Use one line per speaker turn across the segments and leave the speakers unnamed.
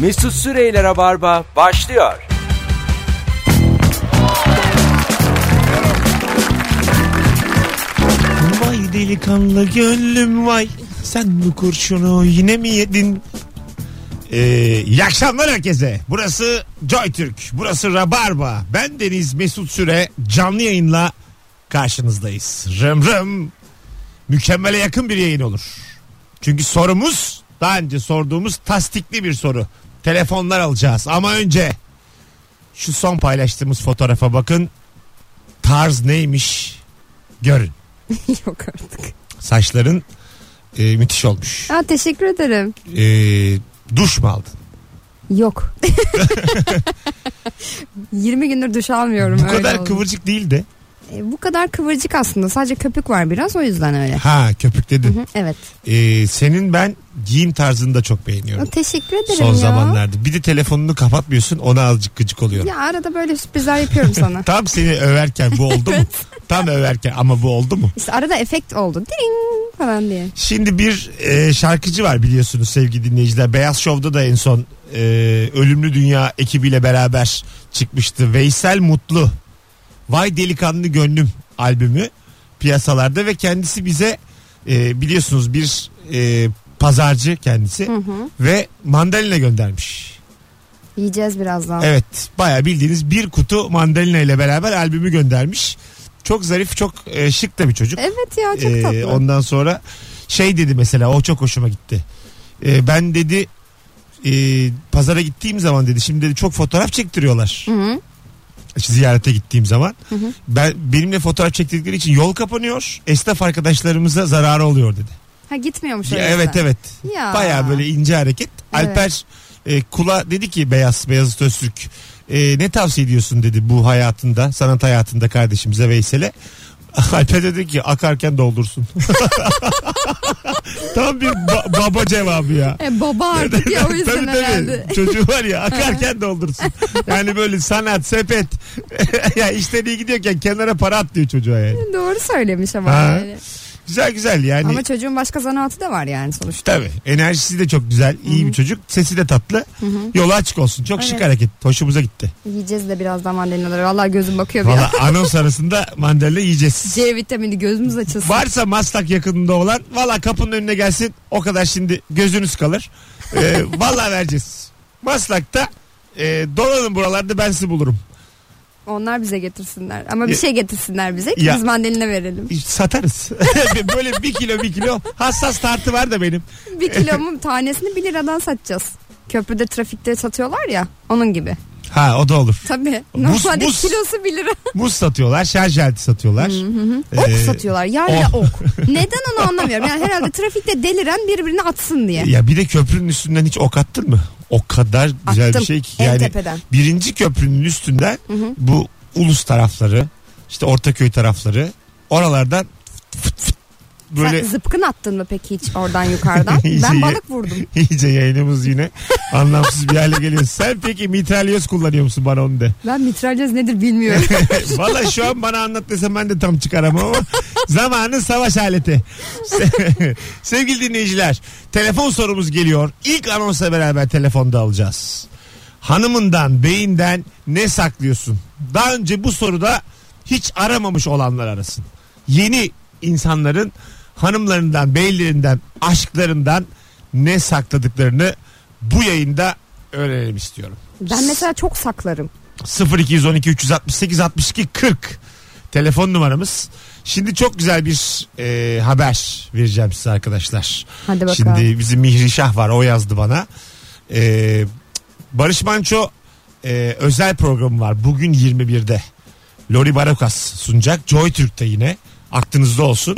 Mesut Süreyler'e barba başlıyor.
Vay delikanlı gönlüm vay. Sen bu kurşunu yine mi yedin? Ee, iyi akşamlar herkese. Burası Joy Türk. Burası Rabarba. Ben Deniz Mesut Süre. Canlı yayınla karşınızdayız. Rım rım. Mükemmele yakın bir yayın olur. Çünkü sorumuz daha önce sorduğumuz tasdikli bir soru. Telefonlar alacağız ama önce şu son paylaştığımız fotoğrafa bakın. Tarz neymiş görün.
Yok artık.
Saçların e, müthiş olmuş.
Aa, teşekkür ederim.
E, duş mu aldın?
Yok. 20 gündür duş almıyorum.
Bu
öyle
kadar
oldu.
kıvırcık değil de.
E, bu kadar kıvırcık aslında. Sadece köpük var biraz o yüzden öyle.
Ha köpük dedin.
Hı, Evet.
E, senin ben giyim tarzını da çok
Aa,
beğeniyorum.
teşekkür ederim
Son
ya.
zamanlarda. Bir de telefonunu kapatmıyorsun ona azıcık gıcık oluyorum.
Ya arada böyle sürprizler yapıyorum sana.
Tam seni överken bu oldu mu? Tam överken ama bu oldu mu?
İşte arada efekt oldu. Ding falan diye.
Şimdi bir e, şarkıcı var biliyorsunuz sevgili dinleyiciler. Beyaz Şov'da da en son e, Ölümlü Dünya ekibiyle beraber çıkmıştı. Veysel Mutlu. Vay Delikanlı Gönlüm albümü piyasalarda ve kendisi bize e, biliyorsunuz bir e, pazarcı kendisi
Hı hı.
ve mandalina göndermiş.
Yiyeceğiz birazdan.
Evet baya bildiğiniz bir kutu mandalina ile beraber albümü göndermiş. Çok zarif çok e, şık da bir çocuk.
Evet ya çok
Ee,
tatlı.
ondan sonra şey dedi mesela o çok hoşuma gitti. Ee, ben dedi e, pazara gittiğim zaman dedi şimdi dedi, çok fotoğraf çektiriyorlar.
Hı hı.
İşte Ziyarete gittiğim zaman.
Hı hı.
Ben benimle fotoğraf çektirdikleri için yol kapanıyor. Esnaf arkadaşlarımıza zararı oluyor dedi.
Ha gitmiyormuş
Ya,
öyleyse.
evet evet.
Ya.
Baya böyle ince hareket.
Evet.
Alper e, Kula dedi ki Beyaz Beyazıt Öztürk e, ne tavsiye ediyorsun dedi bu hayatında sanat hayatında kardeşimize Veysel'e. Alper dedi ki akarken doldursun. Tam bir ba- baba cevabı ya.
E, baba artık ya o yüzden
tabii
herhalde.
tabii. Çocuğu var ya akarken doldursun. Yani böyle sanat, sepet. ya işleri iyi gidiyorken kenara para atlıyor çocuğa yani.
Doğru söylemiş ama.
Ha.
yani.
Güzel güzel yani.
Ama çocuğun başka zanaatı da var yani sonuçta.
Tabii. Enerjisi de çok güzel. iyi bir çocuk. Sesi de tatlı. Yolu açık olsun. Çok şık
Evet.
hareket. Hoşumuza gitti.
Yiyeceğiz de birazdan mandalinaları. Valla gözüm bakıyor bir an.
Valla anons arasında mandalina yiyeceğiz.
C vitamini gözümüz açılsın.
Varsa Maslak yakınında olan valla kapının önüne gelsin. O kadar şimdi gözünüz kalır. Ee, valla vereceğiz. Maslak'ta e, dolanın buralarda ben sizi bulurum.
Onlar bize getirsinler. Ama bir
Ya-
şey getirsinler bize ki
Ya-
biz mandalina verelim.
Satarız. Böyle bir kilo bir kilo hassas tartı var da benim.
Bir kilomun tanesini 1 liradan satacağız. Köprüde trafikte satıyorlar ya onun gibi.
Ha o da olur.
Tabii.
Buz-
Normalde
buz.
kilosu 1 lira.
Muz satıyorlar. Şarj aleti satıyorlar.
Ok
Ee,
satıyorlar. Yayla ok. Neden onu anlamıyorum. Yani herhalde trafikte deliren birbirini atsın diye.
Ya bir de köprünün üstünden hiç ok attın mı? O kadar güzel
Attım.
bir şey ki.
En
Yani
tepeden.
birinci köprünün üstünden bu ulus tarafları işte Ortaköy tarafları oralardan fıt fıt böyle
Sen zıpkın attın mı peki hiç oradan yukarıdan?
İyice
ben
ye-
balık vurdum.
iyice yayınımız yine anlamsız bir hale geliyor. Sen peki mitralyoz kullanıyor musun bana onu de.
Ben mitralyöz nedir bilmiyorum.
Valla şu an bana anlat desem ben de tam çıkaramam ama zamanın savaş aleti. Se- Sevgili dinleyiciler telefon sorumuz geliyor. İlk anonsla beraber telefonda alacağız. Hanımından, beyinden ne saklıyorsun? Daha önce bu soruda hiç aramamış olanlar arasın. Yeni insanların hanımlarından, beylerinden, aşklarından ne sakladıklarını bu yayında öğrenelim istiyorum.
ben mesela çok saklarım.
0212 368 62 40 telefon numaramız. Şimdi çok güzel bir e, haber vereceğim size arkadaşlar.
Hadi bakalım.
Şimdi bizim Mihri Şah var o yazdı bana. E, Barış Manço e, özel programı var bugün 21'de. Lori Barokas sunacak. Joy Türk'te yine aklınızda olsun.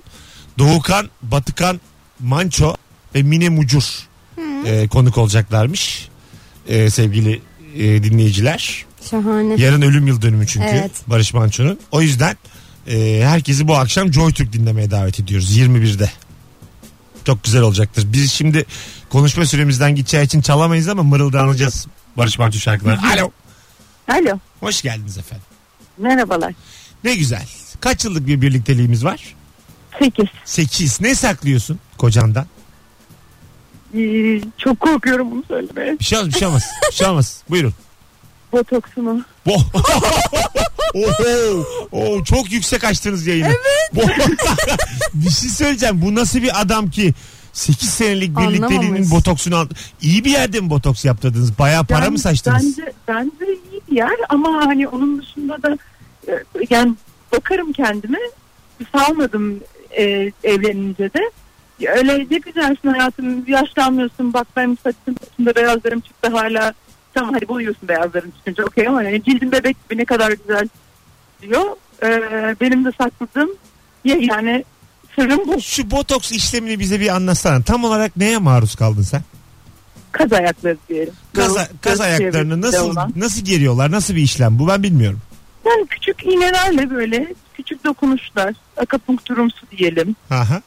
Doğukan, Batıkan, Manço ve Mine Mucur e, konuk olacaklarmış E, sevgili e, dinleyiciler.
Şahane.
Yarın ölüm yıl dönümü çünkü
Evet.
Barış Manço'nun. O yüzden e, herkesi bu akşam JoyTürk dinlemeye davet ediyoruz 21'de. Çok güzel olacaktır. Biz şimdi konuşma süremizden gideceği için çalamayız ama mırıldanacağız Barış Manço şarkıları. Alo.
Alo.
Hoş geldiniz efendim.
Merhabalar.
Ne güzel. Kaç yıllık bir birlikteliğimiz var?
8.
8. Ne saklıyorsun kocandan?
Ee, çok korkuyorum bunu söylemeye.
Bir şey olmaz bir şey olmaz. Bir şey olmaz. Buyurun.
Botoksunu.
Bo Oho. Oo, çok yüksek açtınız yayını. Evet. bir şey söyleyeceğim. Bu nasıl bir adam ki 8 senelik birlikteliğinin
Anlamamış.
botoksunu al... İyi bir yerde mi botoks yaptırdınız? Bayağı para mı
Yani
saçtınız?
Bence, bence iyi bir yer ama hani onun dışında da e, yani bakarım kendime. Salmadım e, evlenince de. Ya Öyle ne güzelsin hayatım yaşlanmıyorsun bak benim saçım saçımda beyazlarım çıktı hala tamam hadi boyuyorsun beyazların çıkınca okey ama yani cildin bebek gibi ne kadar güzel diyor. Ee, benim de sakladığım ya yani sırrım bu
Şu botoks işlemini bize bir anlatsana. Tam olarak neye maruz kaldın sen?
kaz ayakları diyelim.
Kaz,
Göz-
kaz
göz
ayaklarını
çevresinde
nasıl
olan.
nasıl geriyorlar? Nasıl bir işlem bu? Ben bilmiyorum.
Yani küçük iğnelerle böyle küçük dokunuşlar akupunkturumsu diyelim.
Aha.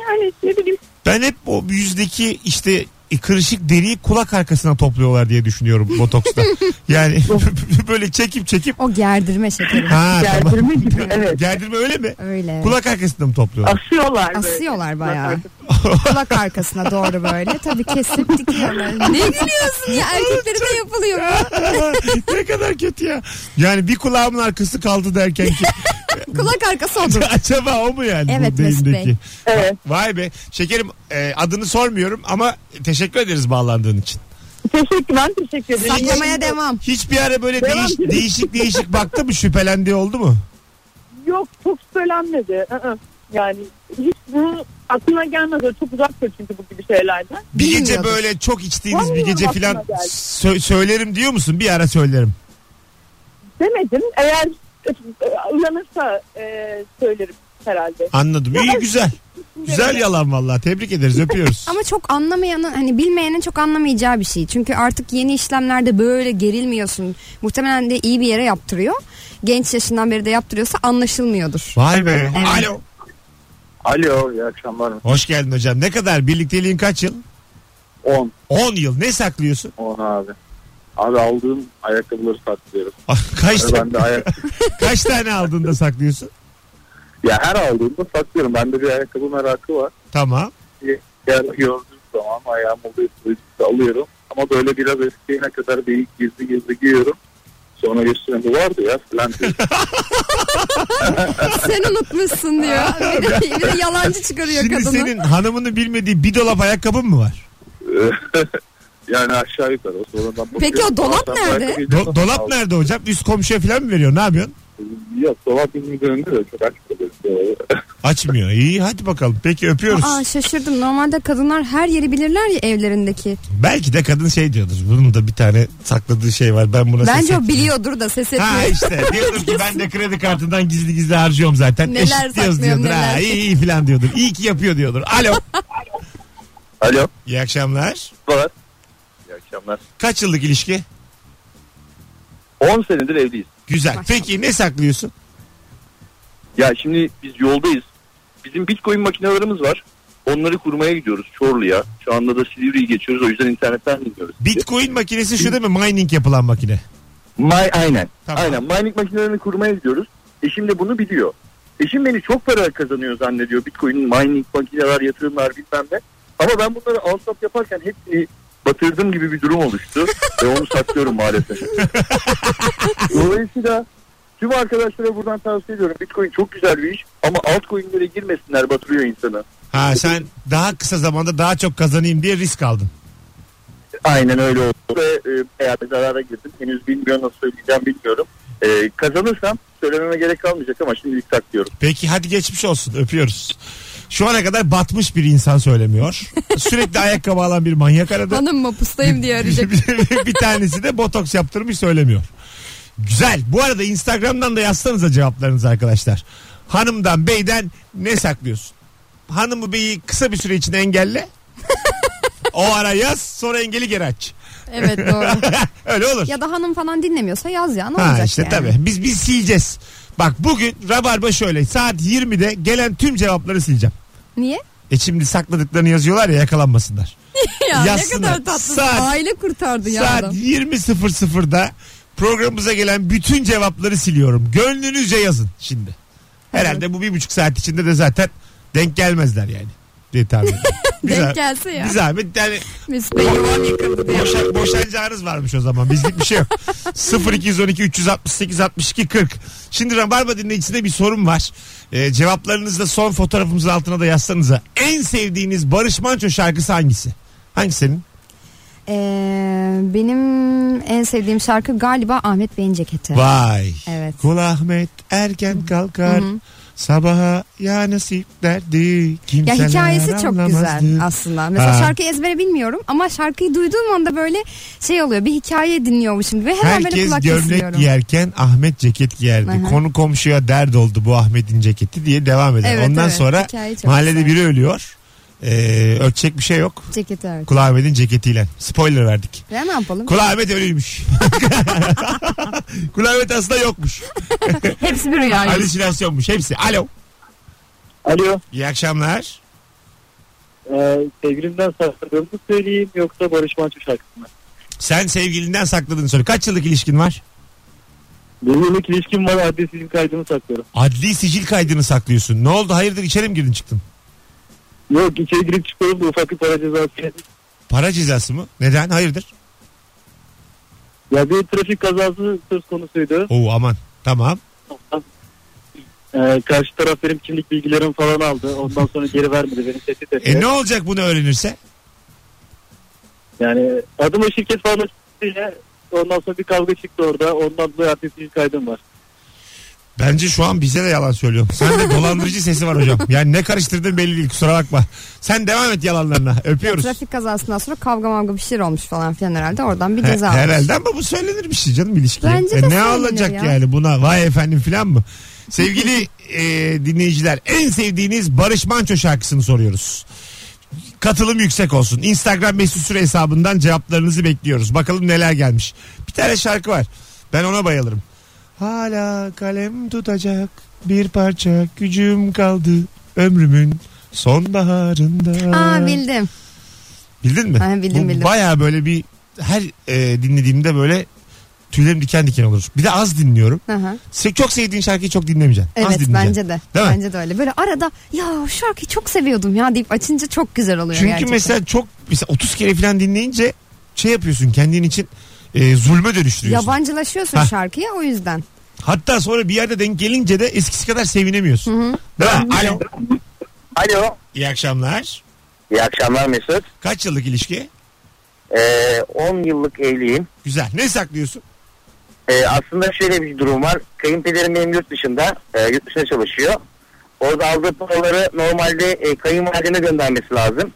Yani ne bileyim
Ben hep o yüzdeki işte e, kırışık deriyi kulak arkasına topluyorlar diye düşünüyorum botoksta. yani böyle çekip çekip
O gerdirme şekeri.
ha tamam.
gerdirme gibi evet.
Gerdirme öyle mi?
Öyle.
Kulak arkasına mı topluyorlar?
Asıyorlar böyle.
Asıyorlar bayağı. Kulak arkasına doğru böyle. Tabii kesip dikiyorlar. Ne gülüyorsun ya? Erkeklere de yapılıyor bu.
ne kadar kötü ya. Yani bir kulağımın arkası kaldı derken ki
Kulak arkası odur.
acaba o mu yani
Evet,
bu
Mesut Bey.
beyindeki?
Evet.
Vay be. Şekerim e, adını sormuyorum ama teşekkür ederiz bağlandığın için.
Teşekkür ben teşekkür ederim.
Saklamaya devam.
Hiçbir ara böyle
Devam
değiş-
edelim.
değişik değişik baktı mı şüphelendiği oldu mu?
Yok çok söylenmedi. Hı-hı. Yani hiç bu aklına gelmedi. Çok uzaktır çünkü bu gibi şeylerden.
Bir gece
Bilmiyordur.
böyle çok içtiğiniz bir
Vallahi
gece
aklıma
filan
geldi.
sö- söylerim diyor musun? Bir ara söylerim.
Demedim. Eğer e, uyanırsa e, söylerim herhalde.
Anladım. İyi güzel. Güzel yalan vallahi. Tebrik ederiz. Öpüyoruz.
Ama çok anlamayanın hani bilmeyenin çok anlamayacağı bir şey. Çünkü artık yeni işlemlerde böyle gerilmiyorsun. Muhtemelen de iyi bir yere yaptırıyor. Genç yaşından beri de yaptırıyorsa anlaşılmıyordur.
Vay be.
Evet.
Alo.
Alo iyi akşamlar.
Hoş geldin hocam. Ne kadar? Birlikteliğin kaç yıl?
10.
10 yıl. Ne saklıyorsun?
10 abi. Abi aldığım ayakkabıları saklıyorum.
kaç,
Yani ben de ayak...
kaç tane aldın da saklıyorsun?
ya her aldığımda saklıyorum. Bende bir ayakkabı merakı var.
Tamam.
Yer gördüğüm zaman ayağım oluyor. sürekli alıyorum. Ama böyle biraz eskiyene kadar bir gizli gizli giyiyorum. Sonra üstüne bu vardı ya falan. diyor.
Sen unutmuşsun diyor. Bir de, bir de yalancı çıkarıyor
Şimdi
kadını.
senin hanımını bilmediği bir dolap ayakkabın mı var?
yani aşağı yukarı. Sonradan
Peki
bakıyorum.
o dolap
Aa, sen
nerede?
ayakkabıyı
Do- dolap
aldım.
nerede hocam? Üst komşuya falan mı veriyor? Ne yapıyorsun?
Yok dolap bizim önünde de çok açmadı.
Açmıyor. İyi hadi bakalım. Peki öpüyoruz.
Aa şaşırdım. Normalde kadınlar her yeri bilirler ya evlerindeki.
Belki de kadın şey diyordur. Bunun da bir tane sakladığı şey var. Ben buna ses
Bence o
etmeyeyim.
biliyordur da ses
Ha
etmiyor.
işte diyordur ki ben de kredi kartından gizli gizli harcıyorum zaten.
Neler
Eşitliyoruz
saklıyorum,
diyordur. Ha,
neler.
iyi iyi falan diyordur. İyi ki yapıyor diyordur. Alo.
Alo.
İyi akşamlar.
Merhabalar. İyi akşamlar.
Kaç yıllık ilişki?
10 senedir evliyiz.
Güzel.
Maşallah.
Peki ne saklıyorsun?
Ya şimdi biz yoldayız. Bizim bitcoin makinelerimiz var. Onları kurmaya gidiyoruz Çorlu'ya. Şu anda da Silivri'yi geçiyoruz. O yüzden internetten dinliyoruz.
Bitcoin makinesi şu değil mi? Mining yapılan makine.
My, aynen.
Tamam.
Aynen. Mining makinelerini kurmaya gidiyoruz. Eşim de bunu biliyor. Eşim beni çok para kazanıyor zannediyor. Bitcoin, mining makineler, yatırımlar bilmem ne. Ama ben bunları al sat yaparken hepsini batırdığım gibi bir durum oluştu. Ve onu saklıyorum maalesef. Dolayısıyla tüm arkadaşlara buradan tavsiye ediyorum. Bitcoin çok güzel bir iş ama altcoin'lere girmesinler batırıyor insanı.
Ha sen daha kısa zamanda daha çok kazanayım diye risk aldın.
Aynen öyle oldu ve e, bayağı bir zarara girdim. Henüz bilmiyorum nasıl söyleyeceğim bilmiyorum. E, kazanırsam söylememe gerek kalmayacak ama şimdilik saklıyorum.
Peki hadi geçmiş olsun. Öpüyoruz. Şu ana kadar batmış bir insan söylemiyor. Sürekli ayakkabı alan bir manyak aradı.
Hanım mı pustayım diye arayacak.
bir tanesi de botoks yaptırmış söylemiyor. Güzel. Bu arada Instagram'dan da yazsanıza cevaplarınızı arkadaşlar. Hanımdan beyden ne saklıyorsun? Hanımı beyi kısa bir süre için engelle. o ara yaz sonra engeli geri aç.
Evet doğru.
Öyle olur.
Ya da hanım falan dinlemiyorsa yaz ya ne
Ha
olacak
işte
yani.
tabii. Biz biz sileceğiz. Bak bugün Rabarba şöyle saat 20'de gelen tüm cevapları sileceğim.
Niye?
E şimdi sakladıklarını yazıyorlar ya yakalanmasınlar.
Ya
Yazsınlar.
ne kadar tatlı.
Saat-
Aile kurtardı ya
Saat
adam.
20.00'da programımıza gelen bütün cevapları siliyorum. Gönlünüzce yazın şimdi. Herhalde bu bir buçuk saat içinde de zaten denk gelmezler yani. Diye tahmin ediyorum. Güzel.
Denk gelse ya.
Bir zahmet yani
Mesut Bey yuvam yıkıldı diye.
boşa, boşanacağınız varmış o zaman. Bizlik bir şey yok. 0212 368 62 40. Şimdi Rabarba dinleyicisinde bir sorum var. Ee, cevaplarınızı da son fotoğrafımızın altına da yazsanıza. En sevdiğiniz Barış Manço şarkısı hangisi? Hangisi senin?
Ee, benim en sevdiğim şarkı galiba Ahmet Bey'in ceketi.
Vay.
Evet.
Kul Ahmet erken kalkar. Sabaha ya nasip derdi.
Ya
Kimseler
hikayesi çok güzel
anlamazdı.
aslında. Mesela
Ha.
şarkıyı ezbere bilmiyorum ama şarkıyı duyduğum anda böyle şey oluyor. Bir hikaye dinliyormuşum ve hemen böyle
Herkes
kulak
gömlek
kesiliyorum.
giyerken Ahmet ceket giyerdi.
Aha.
Konu komşuya dert oldu bu Ahmet'in ceketi diye devam eder.
Evet,
Ondan
evet.
sonra
Hikaye çok
mahallede
güzel.
biri ölüyor. Ee, ölçecek bir şey yok.
Ceketi evet.
Kul Ahmet'in ceketiyle. Spoiler verdik.
Ya ne yapalım?
Kul Ahmet ölüymüş. Kul Ahmet aslında yokmuş.
Hepsi bir rüya.
Halüsinasyonmuş hepsi. Alo.
Alo.
İyi akşamlar.
E, sevgilimden sakladığımı söyleyeyim yoksa Barış Manço şarkısı mı?
Sen sevgilinden sakladın söyle. Kaç yıllık ilişkin var?
Bir yıllık ilişkim var adresinin kaydını saklıyorum.
Adli sicil kaydını saklıyorsun. Ne oldu? Hayırdır içeri mi girdin çıktın?
Yok içeri girip çıkıyorum da ufak bir para cezası. yedim.
Para cezası mı? Neden? Hayırdır?
Ya bir trafik kazası söz konusuydu.
Oo aman. Tamam.
E, karşı taraf benim kimlik bilgilerimi falan aldı. Ondan sonra geri vermedi. Beni tehdit etti.
E ne olacak bunu öğrenirse?
Yani adım o şirket falan açısıyla ondan sonra bir kavga çıktı orada. Ondan dolayı adresinin kaydım var.
Bence şu an bize de yalan söylüyorsun. Sen de dolandırıcı sesi var hocam. Yani ne karıştırdın belli değil kusura bakma. Sen devam et yalanlarına. Öpüyoruz.
Trafik kazasından sonra kavga mavga bir şeyler olmuş falan filan herhalde. Oradan bir
He-
ceza almış.
herhalde ama bu söylenir bir şey canım ilişkiye.
Bence de
E ne
söylenir
alacak
ya.
yani buna vay efendim filan mı? Sevgili e, dinleyiciler en sevdiğiniz Barış Manço şarkısını soruyoruz. Katılım yüksek olsun. Instagram mesut süre hesabından cevaplarınızı bekliyoruz. Bakalım neler gelmiş. Bir tane şarkı var. Ben ona bayılırım. Hala kalem tutacak bir parça gücüm kaldı ömrümün sonbaharında.
Aa bildim.
Bildin mi?
Ha, bildim,
Bu
bildim.
Bayağı böyle bir her e, dinlediğimde böyle tüylerim diken diken olur. Bir de az dinliyorum.
Hı hı.
Se- çok sevdiğin şarkıyı çok dinlemeyeceksin.
Evet
az dinleyeceksin.
bence de.
Değil mi?
bence de öyle. Böyle arada ya şu şarkıyı çok seviyordum ya deyip açınca çok güzel oluyor
Çünkü
gerçekten.
mesela çok mesela 30 kere falan dinleyince şey yapıyorsun kendin için e, zulme dönüştürüyorsun.
Yabancılaşıyorsun
Ha.
şarkıya o yüzden.
Hatta sonra bir yerde denk gelince de eskisi kadar sevinemiyorsun. Değil mi? Alo.
Alo.
İyi akşamlar.
İyi akşamlar Mesut.
Kaç yıllık ilişki?
Ee, 10 yıllık evliyim.
Güzel. Ne saklıyorsun?
Ee, aslında şöyle bir durum var. Kayınpederim benim yurt dışında, e, yurt dışında çalışıyor. Orada aldığı paraları normalde e, kayınvalideme göndermesi lazım.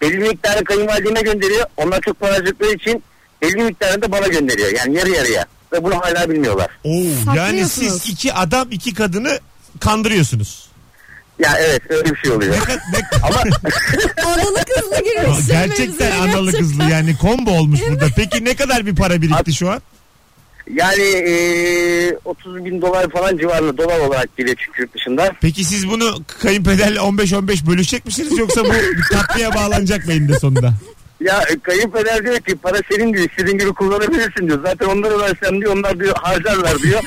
Belli bir miktarı kayınvalideme gönderiyor. Onlar çok para harcadıkları için belli bir miktarını da bana gönderiyor. Yani yarı yarıya. Ve bunu hala bilmiyorlar.
Oo, yani
Saklıyorsunuz.
siz iki adam iki kadını kandırıyorsunuz.
Ya evet öyle bir şey oluyor.
Ne, kad- ne,
Ama
Analı kızlı gibi.
Aa,
bir şey benziyor
gerçekten analı
gerçekten.
kızlı yani combo olmuş burada. Peki ne kadar bir para birikti şu an?
yani e, 30 bin dolar falan civarında dolar olarak geliyor çünkü yurt dışında.
Peki siz bunu kayınpederle 15-15 bölüşecek misiniz yoksa bu bir tatlıya bağlanacak mı eninde sonunda?
Ya e, kayınpeder diyor ki para senin diyor istediğin gibi kullanabilirsin diyor. Zaten onlara versem diyor onlar diyor harcarlar diyor.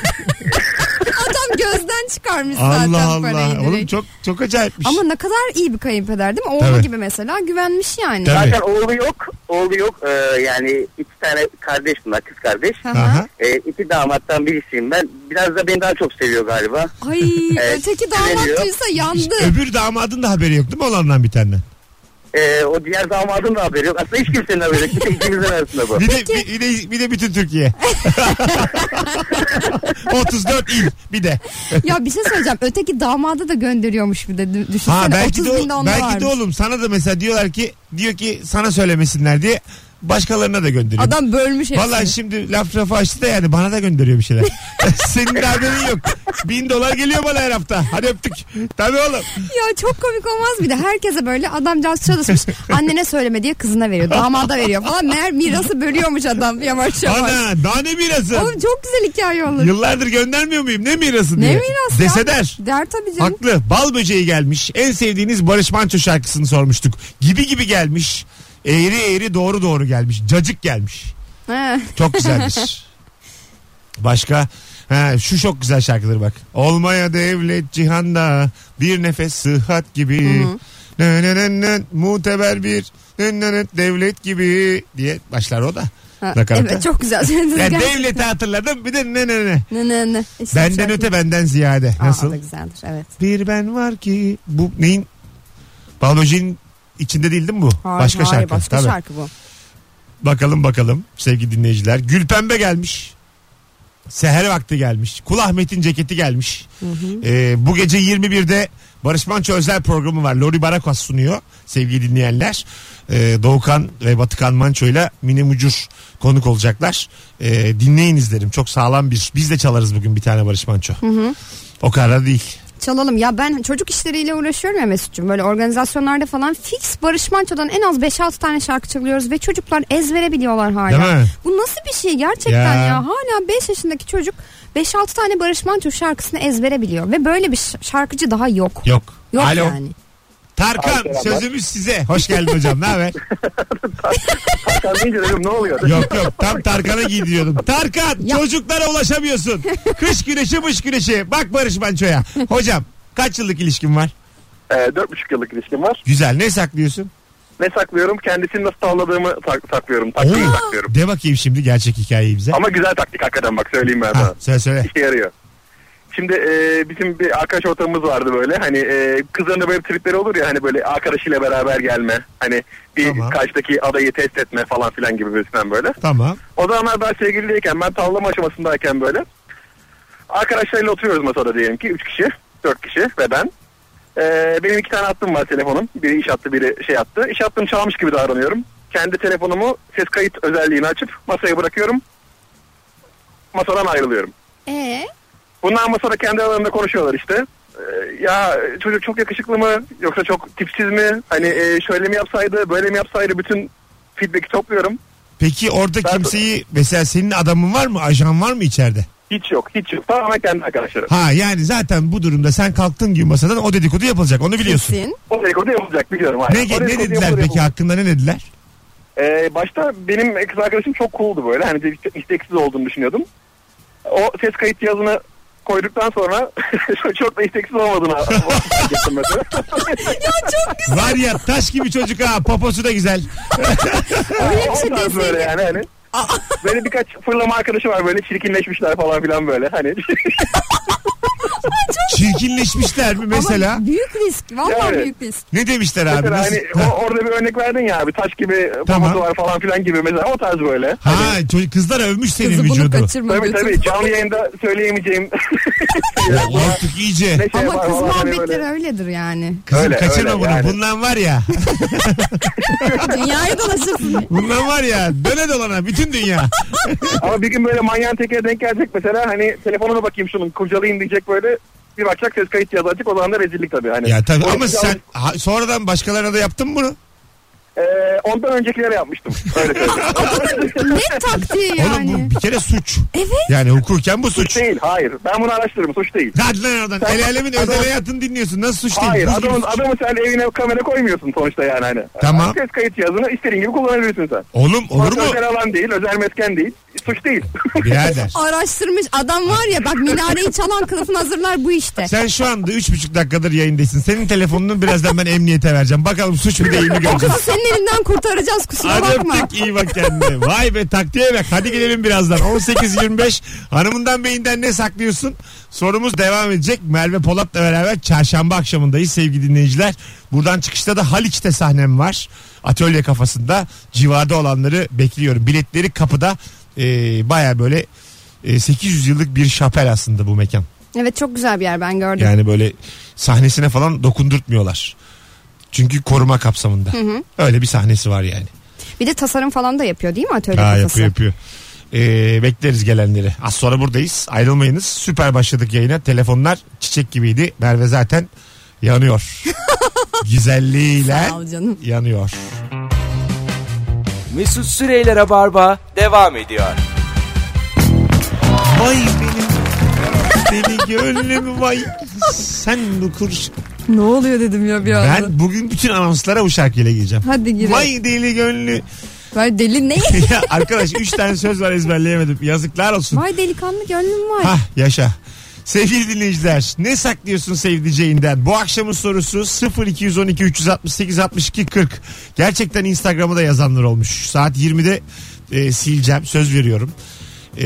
Adam gözden çıkarmış
Allah
zaten
Allah.
parayı
Oğlum
direkt.
çok çok acayipmiş.
Ama ne kadar iyi bir kayınpeder değil mi? Oğlu
Tabii.
gibi mesela güvenmiş yani.
Tabii.
Zaten oğlu yok. Oğlu yok. Ee, yani iki tane kardeş bunlar kız kardeş.
Hı
Aha.
hı.
Ee, iki damattan birisiyim ben. Biraz da beni daha çok seviyor galiba.
Ay
Evet,
öteki damat
güveniyor.
duysa yandı.
Öbür damadın da haberi yok değil mi olandan bir tane?
Ee, o diğer damadın da haberi yok. Aslında hiç kimsenin haberi yok. Bir tek ikimizin arasında bu.
Bir de, bir, bir de, bir de bütün Türkiye. 34 il bir de.
ya bir şey söyleyeceğim. Öteki damadı da gönderiyormuş bir de dü- düşünsene.
Ha belki
30
de, o-
bin de onda
belki
varmış.
de oğlum sana da mesela diyorlar ki diyor ki sana söylemesinler diye başkalarına da gönderiyor.
Adam bölmüş hepsini.
Vallahi şimdi laf lafı açtı da yani bana da gönderiyor bir şeyler. Senin de haberin yok. Bin dolar geliyor bana her hafta. Hadi öptük. Tabii oğlum.
Ya çok komik olmaz bir de herkese böyle adamcağız çalışmış. Annene söyleme diye kızına veriyor. Damada veriyor falan. Meğer mirası bölüyormuş adam yavaş yavaş.
Ana daha ne mirası?
Oğlum çok güzel hikaye olur.
Yıllardır göndermiyor muyum? Ne mirası
ne
diye.
mirası ya?
Dese der.
Der tabii canım.
Haklı. Bal böceği gelmiş. En sevdiğiniz Barış Manço şarkısını sormuştuk. Gibi gibi gelmiş. Eğri eğri doğru doğru gelmiş. Cacık gelmiş.
He.
Çok güzeldir. Başka ha, şu çok güzel şarkıdır bak. Olmaya devlet cihanda bir nefes sıhhat gibi. Nö, nö, nö, nö, Muteber bir nö, nö, nö, devlet gibi diye başlar o da.
Ha,
Nakarata.
evet çok güzel söylediniz.
Ya
gerçekten.
devleti hatırladım bir de ne ne ne.
Ne ne ne. İşte
Benden
şarkı-
öte benden ziyade.
Aa,
Nasıl?
o da güzeldir evet.
Bir ben var ki bu neyin? Balojin içinde değil değil mi bu?
Hayır,
başka
hayır,
şarkı.
Başka
Tabii.
şarkı bu.
Bakalım bakalım sevgili dinleyiciler. Gülpembe gelmiş. Seher vakti gelmiş. Kul Ahmet'in ceketi gelmiş. Ee, bu gece 21'de Barış Manço özel programı var. Lori Barakas sunuyor sevgili dinleyenler. Ee, Doğukan ve Batıkan Manço ile Mine Mucur konuk olacaklar. Ee, dinleyin izlerim. Çok sağlam bir. Biz de çalarız bugün bir tane Barış Manço. O kadar değil.
Çalalım ya ben çocuk işleriyle uğraşıyorum ya Mesut'cum böyle organizasyonlarda falan fix Barış Manço'dan en az 5-6 tane şarkı çalıyoruz ve çocuklar ezbere biliyorlar hala.
Değil mi?
Bu nasıl bir şey gerçekten
Ya.
ya, hala 5 yaşındaki çocuk 5-6 tane Barış Manço şarkısını ezbere biliyor ve böyle bir ş- şarkıcı daha yok.
Yok.
Yok
Alo.
yani.
Tarkan
Selamlar.
sözümüz size. Hoş geldin hocam. Ne haber?
Hakan deyince dedim ne oluyor?
Yok yok tam Tarkan'a gidiyordum. Tarkan
Ya.
çocuklara ulaşamıyorsun. Kış güneşi mış güneşi. Bak Barış Manço'ya. Hocam kaç yıllık ilişkin var?
Ee, Dört buçuk yıllık ilişkim var.
Güzel ne saklıyorsun?
Ne saklıyorum? Kendisini nasıl tavladığımı sak- saklıyorum. Taktiği
Oo.
saklıyorum.
De bakayım şimdi gerçek hikayeyi bize.
Ama güzel taktik hakikaten bak söyleyeyim ben sana.
Ha, sen söyle.
İşe yarıyor. Şimdi e, bizim bir arkadaş ortamımız vardı böyle hani e, kızların da böyle tripleri olur ya hani böyle arkadaşıyla beraber gelme hani bir
Tamam.
karşıdaki adayı test etme falan filan gibi birisinden böyle.
Tamam.
O zamanlar ben sevgiliyken ben tavlama aşamasındayken böyle arkadaşlarıyla oturuyoruz masada diyelim ki 3 kişi 4 kişi ve ben. Ee, benim iki tane hattım var telefonum. Biri iş hattı biri şey hattı. İş hattım çalmış gibi davranıyorum. Kendi telefonumu ses kayıt özelliğini açıp masaya bırakıyorum. Masadan ayrılıyorum.
Ee,
Bunlar masada kendi aralarında konuşuyorlar işte. Ee, ya çocuk çok yakışıklı mı yoksa çok tipsiz mi? Hani e, şöyle mi yapsaydı böyle mi yapsaydı bütün feedback'i topluyorum.
Peki orada
Ben-
kimseyi mesela senin adamın var mı? Ajan var mı içeride?
Hiç yok hiç yok. Tamamen kendi arkadaşlarım.
Ha yani zaten bu durumda sen kalktığın gibi masadan o dedikodu yapılacak. Onu biliyorsun.
kesin.
O dedikodu yapılacak biliyorum. aynen.
Ne,
O
ne
dedikodu
dediler
yapılacak.
peki hakkında ne dediler?
Ee, başta benim kız arkadaşım çok cool'du böyle. Hani de- isteksiz olduğunu düşünüyordum. O ses kayıt cihazını koyduktan sonra çok da isteksiz olmadığını getirmedi.
Var ya taş gibi çocuk ha poposu da güzel.
Öyle bir şey
Ondan böyle
deseydin.
yani hani. böyle birkaç fırlama arkadaşı var böyle çirkinleşmişler falan filan böyle hani.
Çirkinleşmişler mi mesela?
Ama büyük risk. Vallahi
Yani.
büyük risk.
Ne demişler abi?
mesela
Nasıl?
hani o, orada bir örnek verdin ya abi taş gibi
Tamam.
tamam. var falan filan gibi mesela o tarz böyle.
Ha, ha, çocuk kızlar övmüş senin
Kızı bunu
vücudu.
kaçırma.
Tabii
götür.
tabii canlı yayında söyleyemeyeceğim
O Artık iyice.
ne şey
Ama
var
kız
falan hani
muhabbetleri
böyle.
öyledir yani.
Kızım
Öyle,
kaçırma
öyle
bunu.
yani.
Bundan var ya.
Dünyayı dolaşırsın.
Bundan var ya. Döne dolana bütün dünya.
Ama bir gün böyle manyağın tekine denk gelecek mesela hani telefonuna bakayım şunun kurcalayayım diyecek böyle bir bakacak ses kayıt cihazı açık o zaman da rezillik tabii. Hani
ya tabii
O
ama
yüzden,
sen ha, sonradan başkalarına da yaptın mı bunu?
e, ondan öncekilere yapmıştım. Öyle söyleyeyim.
ne taktiği yani.
Oğlum bu bir kere suç.
Evet.
Yani hukuken bu suç.
suç değil hayır. Ben bunu araştırırım suç değil.
Hadi lan oradan. El alemin özel
Adam-
hayatını dinliyorsun. Nasıl suç
Hayır
değil? Buz gibi
adamın,
suç.
adamı sen evine kamera koymuyorsun sonuçta yani hani.
Tamam.
Ses kayıt cihazını istediğin gibi kullanabilirsin sen.
Oğlum olur
Sonuçta
mu?
Özel alan değil özel mesken değil. Suç değil.
Birader.
Araştırmış adam var ya bak minareyi çalan kılıfını hazırlar bu işte.
Sen şu anda üç buçuk dakikadır yayındasın. Senin telefonunu birazdan ben emniyete vereceğim. Bakalım suç mu değil mi göreceğiz.
Kızı senin elinden kurtaracağız kusura bakma.
Adaptık iyi bak kendine. Vay be taktiğe bak. Hadi gelelim birazdan. 18.25 hanımından beyinden ne saklıyorsun? Sorumuz devam edecek. Merve Polat'la beraber çarşamba akşamındayız sevgili dinleyiciler. Buradan çıkışta da Haliç'te sahnem var. Atölye kafasında civarda olanları bekliyorum. Biletleri kapıda e, baya böyle e, 800 yıllık bir şapel aslında bu mekan.
Evet çok güzel bir yer ben gördüm.
Yani böyle sahnesine falan dokundurtmuyorlar. Çünkü koruma kapsamında. Öyle bir sahnesi var yani.
Bir de tasarım falan da yapıyor değil mi atölye
Ha,
kafası?
yapıyor yapıyor. Ee, bekleriz gelenleri. Az sonra buradayız. Ayrılmayınız. Süper başladık yayına. Telefonlar çiçek gibiydi. Merve zaten yanıyor. Güzelliğiyle
Sağ ol canım.
yanıyor.
Mesut Süreyler'e barba devam ediyor.
Vay benim deli gönlüm vay. Sen bu kurş.
Ne oluyor dedim ya bir anda.
Ben bugün bütün anonslara bu şarkıyla gireceğim.
Hadi girelim.
Vay deli gönlü.
Vay deli ne?
Ya arkadaş 3 tane söz var ezberleyemedim. Yazıklar olsun.
Vay delikanlı gönlüm var.
Hah yaşa. Sevgili dinleyiciler ne saklıyorsun sevdiceğinden? Bu akşamın sorusu 0212 368 62 40. Gerçekten Instagram'a da yazanlar olmuş. Saat 20'de e, sileceğim söz veriyorum. E,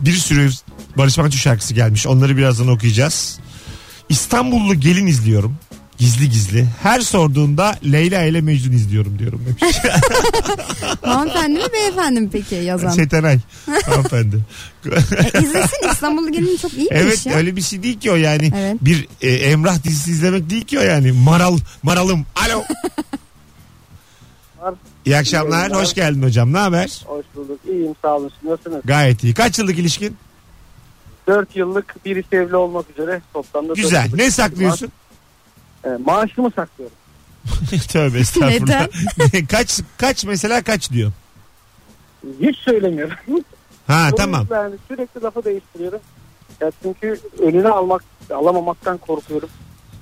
bir sürü Barış Manço şarkısı gelmiş. Onları birazdan okuyacağız. İstanbullu gelin izliyorum. Gizli gizli. Her sorduğunda Leyla ile Mecnun izliyorum diyorum demiş.
Hanımefendi mi beyefendi mi peki yazan?
Setenay hanımefendi.
E, izlesin İstanbul'u gelin çok iyi
Evet
iş ya.
öyle bir şey değil ki o yani.
Evet.
Bir e, Emrah dizisi izlemek değil ki o yani. Maral, maralım. Alo. İyi akşamlar. Hoş geldin hocam. Ne haber?
Hoş bulduk. İyiyim sağ olun. Siz Nasılsınız?
Gayet iyi. Kaç yıllık ilişkin?
4 yıllık birisi evli olmak üzere toplamda dört
Güzel.
yıllık
Ne
ilişkim
saklıyorsun?
var. Ee, maaşımı saklıyorum.
Tövbe estağfurullah. kaç kaç mesela kaç diyor.
Hiç söylemiyorum.
Ha
Dolayısıyla
tamam.
Yani sürekli lafı değiştiriyorum. Ya çünkü önünü almak alamamaktan korkuyorum.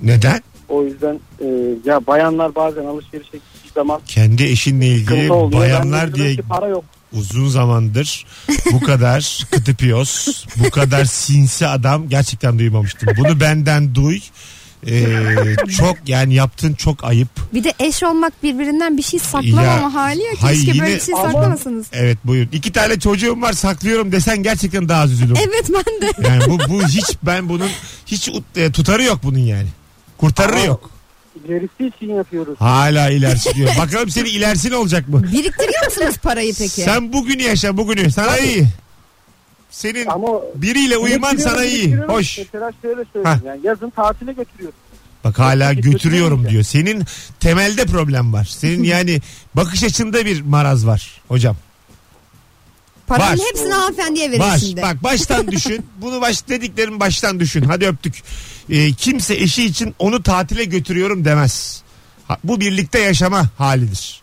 Neden?
O yüzden e, ya bayanlar bazen alışverişe gittiği zaman
Kendi eşinle ilgili
sıkıntı oluyor. Ben
bayanlar
de diyorum
diye
ki para yok.
uzun zamandır bu kadar kıtıpiyoz, bu kadar sinsi adam gerçekten duymamıştım. Bunu benden duy. Ee, çok yani yaptın çok ayıp.
Bir de eş olmak birbirinden bir şey saklamama
Ya,
hali ya. Keşke
hayır, yine-
böyle bir şey
Ama-
saklamasanız.
Evet buyur. İki tane çocuğum var saklıyorum desen gerçekten daha az üzülürüm.
Evet ben de.
Yani bu, bu hiç ben bunun hiç ut- e, tutarı yok bunun yani. Kurtarı
Ama-
yok.
İlerisi için yapıyoruz.
Hala ilerisi diyor. Bakalım senin ilerisi ne olacak mı?
Biriktiriyor musunuz parayı peki?
Sen bugünü yaşa bugünü. Sana iyi. Senin
Ama
biriyle uyuman
Getiriyorum,
sana iyi.
getiriyorum.
Hoş.
Mesela şöyle söyleyeyim.
Hah.
Yani yazın tatile götürüyorum.
Bak hala
Götürüyorum
götürüyorum
ya.
diyor. Senin temelde problem var. Senin yani bakış açında bir maraz var hocam.
Paranın
var.
hepsini hanımefendiye verir
Var.
şimdi.
Bak baştan düşün. Bunu baş dediklerimi baştan düşün. Hadi öptük. Ee, kimse eşi için onu tatile götürüyorum demez. Ha, bu birlikte yaşama halidir.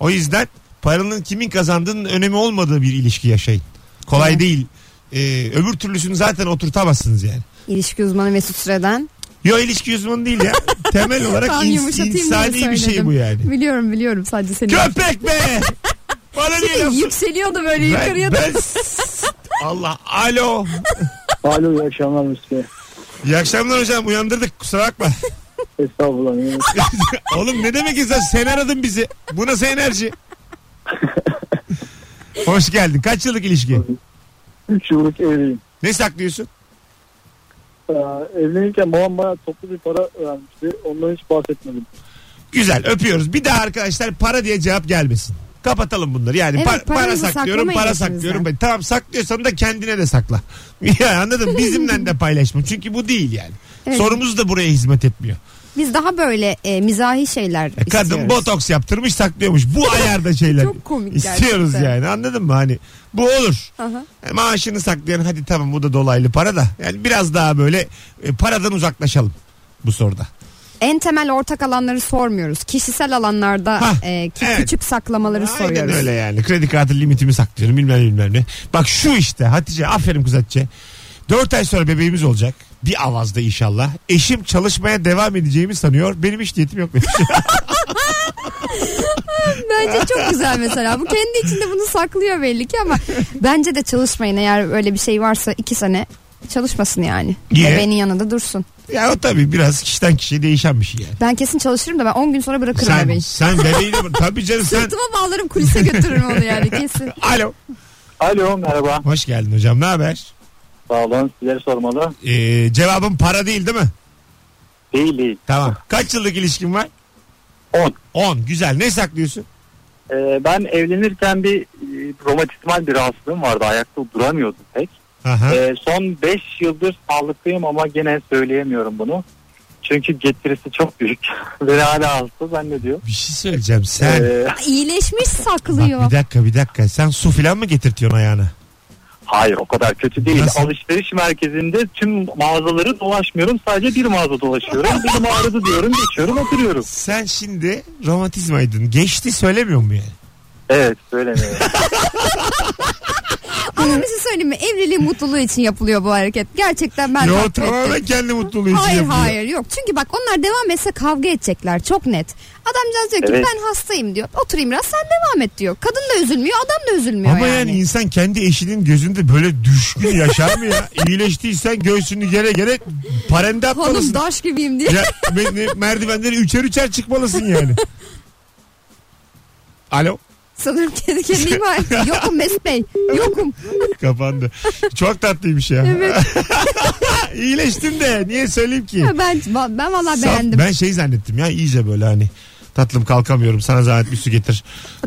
O yüzden paranın kimin kazandığının önemi olmadığı bir ilişki yaşayın. Kolay değil. Ee, öbür türlüsünü zaten oturtamazsınız yani.
İlişki uzmanı Mesut Süre'den.
Yo ilişki uzmanı değil ya. Temel olarak
Tam
ins-
yumuşatayım diye
insani bir şey
söyledim.
bu yani.
Biliyorum biliyorum sadece seni.
Köpek be! Bana niye
Çünkü
laf-
Yükseliyordu böyle
Ben,
yukarıya da.
ben... Allah alo.
Alo iyi akşamlar Müslü.
İyi akşamlar hocam uyandırdık kusura bakma.
Estağfurullah.
Oğlum ne demek izler sen aradın bizi. Bu nasıl enerji? Hoş geldin. Kaç yıllık ilişki?
3 yıllık evliyim.
Ne saklıyorsun?
Ee, evlenirken babam bana toplu bir para vermişti. Ondan hiç bahsetmedim.
Güzel öpüyoruz. Bir daha arkadaşlar para diye cevap gelmesin. Kapatalım bunları. Yani
Evet,
par- para
paranızı
saklıyorum, para
saklamayın
saklıyorum.
eşinizden.
Ben. Tamam saklıyorsan da kendine de sakla. ya anladım. Bizimle de paylaşma. Çünkü bu değil yani.
Evet.
Sorumuz da buraya hizmet etmiyor.
Biz daha böyle e, mizahi şeyler
E, Kadın
istiyoruz.
botoks yaptırmış saklıyormuş. Bu ayarda şeyler.
Çok komik
İstiyoruz
gerçekten.
yani anladın mı? Hani bu olur.
Aha.
E, Maaşını saklayan hadi tamam bu da dolaylı para da. Yani biraz daha böyle e, paradan uzaklaşalım bu soruda.
En temel ortak alanları sormuyoruz. Kişisel alanlarda
Hah,
e, ki-
evet.
küçük saklamaları
Aynen
soruyoruz.
öyle yani. Kredi kartı limitimi saklıyorum bilmem bilmem ne. Bak şu işte Hatice aferin kız Hatice. 4 ay sonra bebeğimiz olacak. Bir avazda inşallah. Eşim çalışmaya devam edeceğimi sanıyor. Benim hiç niyetim yok.
Bence çok güzel mesela. Bu kendi içinde bunu saklıyor belli ki ama bence de çalışmayın eğer öyle bir şey varsa iki sene çalışmasın yani.
Niye?
Bebeğinin E, yanında dursun.
ya o tabii biraz kişiden kişiye değişen bir şey yani.
Ben kesin çalışırım da ben 10 gün sonra bırakırım
Sen,
bebeği.
sen bebeğini tabii canım sen.
Sırtıma bağlarım kulise götürürüm onu yani kesin.
Alo.
Alo merhaba.
Hoş geldin hocam ne haber?
Sağ olun sizleri sormalı.
Ee, cevabın para değil değil mi?
Değil değil.
Tamam. Kaç yıllık ilişkin var?
10.
10. Güzel. Ne saklıyorsun?
Ee, ben evlenirken bir e, romatizmal bir rahatsızlığım vardı. Ayakta duramıyordum pek.
Aha.
Ee, son 5 yıldır sağlıklıyım ama gene söyleyemiyorum bunu. Çünkü getirisi çok büyük. Beni hala hasta zannediyor.
bir şey söyleyeceğim. Sen
Ee,
İyileşmiş
Bak
saklıyor.
bir dakika bir dakika. Sen su filan mı getirtiyorsun ayağına?
hayır o kadar kötü değil.
Nasıl?
Alışveriş merkezinde tüm mağazaları dolaşmıyorum. Sadece bir mağaza dolaşıyorum. Benim ağrıdı diyorum geçiyorum oturuyorum.
Sen şimdi romatizmaydın. Geçti söylemiyor mu yani?
Evet söylemiyorum.
Ama bir şey söyleyeyim mi? Evliliğin mutluluğu için yapılıyor bu hareket. Gerçekten ben
Yo
takdir ettim.
tamamen kendi mutluluğu için
Hayır
yapıyor.
hayır yok. Çünkü bak onlar devam etse kavga edecekler çok net. Adamcağız diyor ki
Evet.
ben hastayım diyor. Oturayım biraz sen devam et diyor. Kadın da üzülmüyor adam da üzülmüyor
Ama yani.
yani.
insan kendi eşinin gözünde böyle düşkün yaşar mı ya? İyileştiysen göğsünü gere gere parende
Hanım
atmalısın.
daş gibiyim diye.
Ya, me- me- merdivenleri üçer üçer çıkmalısın yani. Alo
Sanırım kendi kendine ima etti. Yokum Mesut Bey. Yokum.
kapandı. Çok tatlıymış ya.
Evet.
İyileştim de niye söyleyeyim ki?
Ya ben ben valla
Saf-
beğendim.
Ben şey zannettim ya iyice böyle hani tatlım kalkamıyorum sana zahmet bir su getir.